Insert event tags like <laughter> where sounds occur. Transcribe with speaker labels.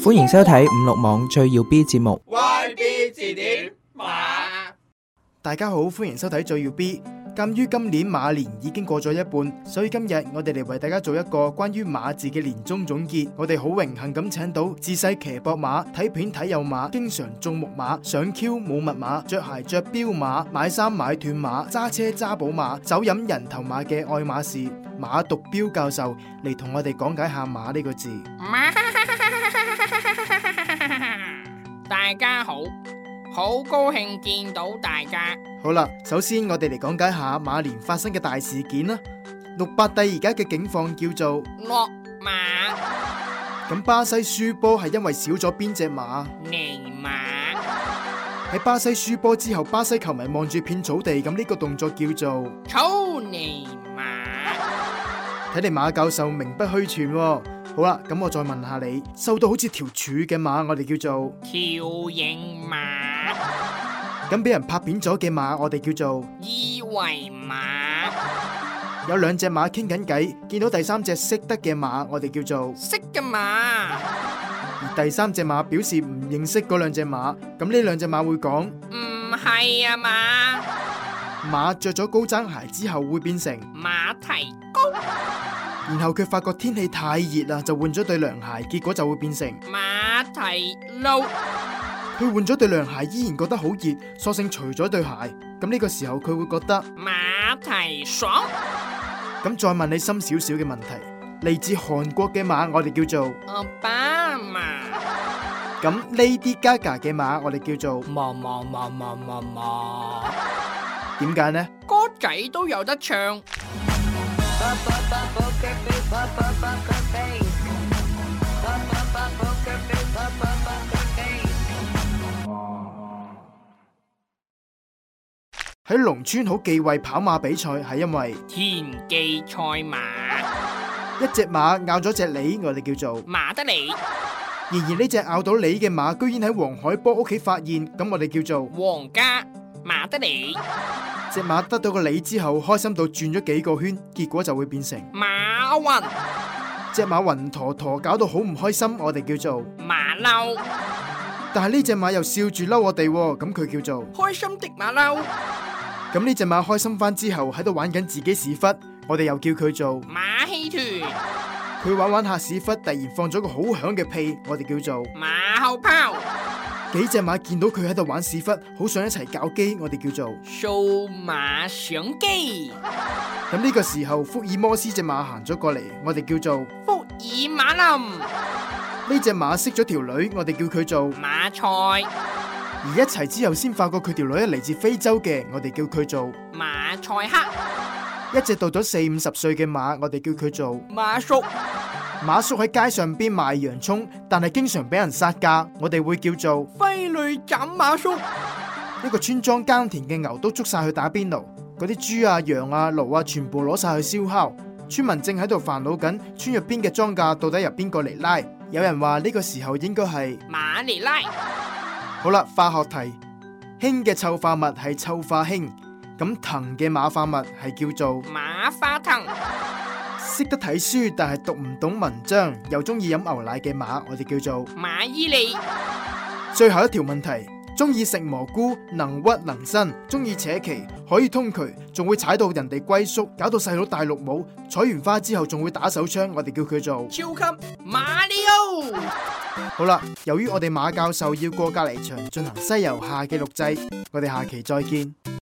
Speaker 1: 歡迎收睇五六網最耀 B 節目。
Speaker 2: YB 字典馬，
Speaker 3: 大家好，歡迎收睇最耀 B。鑒於今年馬年已經過咗一半，所以今日我哋嚟為大家做一個關於馬字嘅年終總結。我哋好榮幸咁請到自細騎膊馬、睇片睇有馬、經常中木馬、上 Q 冇密碼、着鞋着彪馬、買衫買斷馬、揸車揸寶馬、酒飲人頭馬嘅愛馬仕馬獨彪教授嚟同我哋講解下馬呢個字。
Speaker 4: <laughs> 大家好，好高興見到大家。
Speaker 3: 好啦，首先我哋嚟講解下馬年發生嘅大事件啦。六八帝而家嘅境況叫做。
Speaker 4: 落馬、
Speaker 3: 咁巴西輸波係因為少咗邊隻馬？
Speaker 4: 尼馬、
Speaker 3: 喺巴西輸波之後，巴西球迷望住片草地，咁呢個動作叫做
Speaker 4: 草尼馬、
Speaker 3: 睇嚟馬教授名不虛傳喎、好啦，咁我再問下你，瘦到好似條柱嘅馬，我哋叫做
Speaker 4: 橋形馬、
Speaker 3: 咁俾人拍扁咗嘅馬，我哋叫做
Speaker 4: 二維馬、
Speaker 3: 有兩隻馬傾緊偈，見到第三隻識得嘅馬，我哋叫做
Speaker 4: 識嘅馬、
Speaker 3: 而第三隻馬表示唔認識嗰兩隻馬，咁呢兩隻馬會講
Speaker 4: 唔係啊嘛，
Speaker 3: 馬着咗高踭鞋之後會變成。
Speaker 4: 馬蹄
Speaker 3: 然後佢發覺天氣太熱啦，就換咗對涼鞋，結果就會變成
Speaker 4: 馬蹄路、
Speaker 3: 佢換咗對涼鞋，依然覺得好熱，索性除咗對鞋。咁呢個時候佢會覺得，
Speaker 4: 馬蹄爽、
Speaker 3: 咁再問你深少少嘅問題，嚟自韓國嘅馬我哋叫做，
Speaker 4: 奧巴馬、
Speaker 3: 咁 Lady Gaga 嘅馬我哋叫做，
Speaker 4: 嘛嘛嘛嘛嘛嘛，
Speaker 3: 點解呢？
Speaker 4: 歌仔都有得唱。
Speaker 3: 喺農村好忌諱跑馬比賽，係因為
Speaker 4: 田忌賽馬，
Speaker 3: 一隻馬咬咗隻梨，我哋叫做。
Speaker 4: 馬德里
Speaker 3: 然而呢隻咬到梨嘅馬，居然喺黃海波屋企發現，咁我哋叫做。
Speaker 4: 皇家馬德里
Speaker 3: 隻馬得到個梨之後，開心到轉咗幾個圈，結果就會變成
Speaker 4: 馬雲
Speaker 3: 隻馬暈陀陀，搞到好唔開心，我哋叫做。
Speaker 4: 馬騮，
Speaker 3: 但係呢隻馬又笑住嬲我哋喎，咁佢叫做。
Speaker 4: 開心的馬騮
Speaker 3: 咁呢只馬開心翻之後，喺度玩緊自己屎忽，我哋又叫佢做，
Speaker 4: 馬戲團
Speaker 3: 佢玩玩下屎忽，突然放咗個好響嘅屁，我哋叫做。
Speaker 4: 馬後炮
Speaker 3: 幾隻馬見到佢喺度玩屎忽，好想一齊搞基，我哋叫做。
Speaker 4: 數碼相機
Speaker 3: 咁呢個時候，福爾摩斯隻馬行咗過嚟，我哋叫做。
Speaker 4: 福爾馬林
Speaker 3: 呢隻馬識咗條女，我哋叫佢做。
Speaker 4: 馬賽
Speaker 3: 而一齊之後先發覺佢條女係嚟自非洲嘅，我哋叫佢做。
Speaker 4: 馬賽克
Speaker 3: 一隻到咗四五十歲嘅馬，我哋叫佢做。
Speaker 4: 馬叔
Speaker 3: 馬叔喺街上邊賣洋葱，但係經常俾人殺價，我哋會叫做。
Speaker 4: 揮淚斬馬叔
Speaker 3: 一個村莊耕田嘅牛都捉晒去打邊爐，嗰啲豬啊、羊啊、驢啊，全部攞晒去燒烤。村民正喺度煩惱緊，村入邊嘅莊稼到底由邊個嚟拉？有人話呢個時候應該係
Speaker 4: 馬尼拉
Speaker 3: 好啦，化學題，氫嘅溴化物係溴化氫，咁藤嘅馬化物係叫做
Speaker 4: 馬化騰
Speaker 3: 識得睇書但係讀唔懂文章，又中意飲牛奶嘅馬，我哋叫做
Speaker 4: 馬伊利
Speaker 3: 最後一條問題。中意食蘑菇，能屈能伸，中意扯旗，可以通渠，仲會踩到人哋龜縮，搞到細佬戴綠帽，採完花之後仲會打手槍，我哋叫佢做。
Speaker 4: 超級馬里奧。
Speaker 3: 好啦，由於我哋馬教授要過隔離場進行西遊下嘅錄製，我哋下期再見。